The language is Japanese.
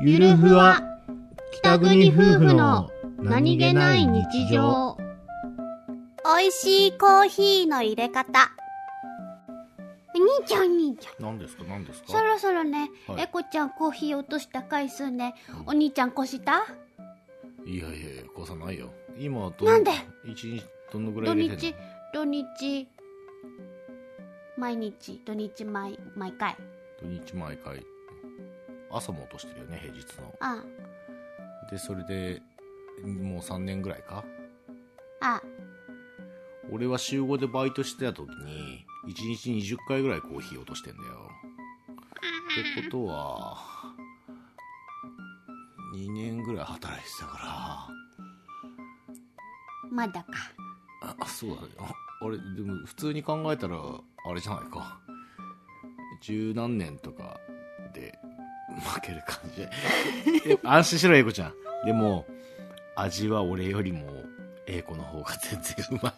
ゆるふわ北国夫婦の美味しいコーヒーの入れ方兄ちゃん兄ちゃん何ですか何ですそかろそろね、はいエコちゃんコーヒー落とした回数ねお兄ちゃん越したいやいやいやこさないよ今どなんで一日どのぐら土い入れて日んの土日毎日土日毎毎回土日毎回朝も落としてるよね平日のあでそれでもう3年ぐらいかあ俺は週5でバイトしてた時に1日20回ぐらいコーヒー落としてんだよってことは2年ぐらい働いてたからまだかああそうだねああれでも普通に考えたらあれじゃないか十何年とかで負ける感じで安心しろ英子ちゃんでも味は俺よりも英子の方が全然うまい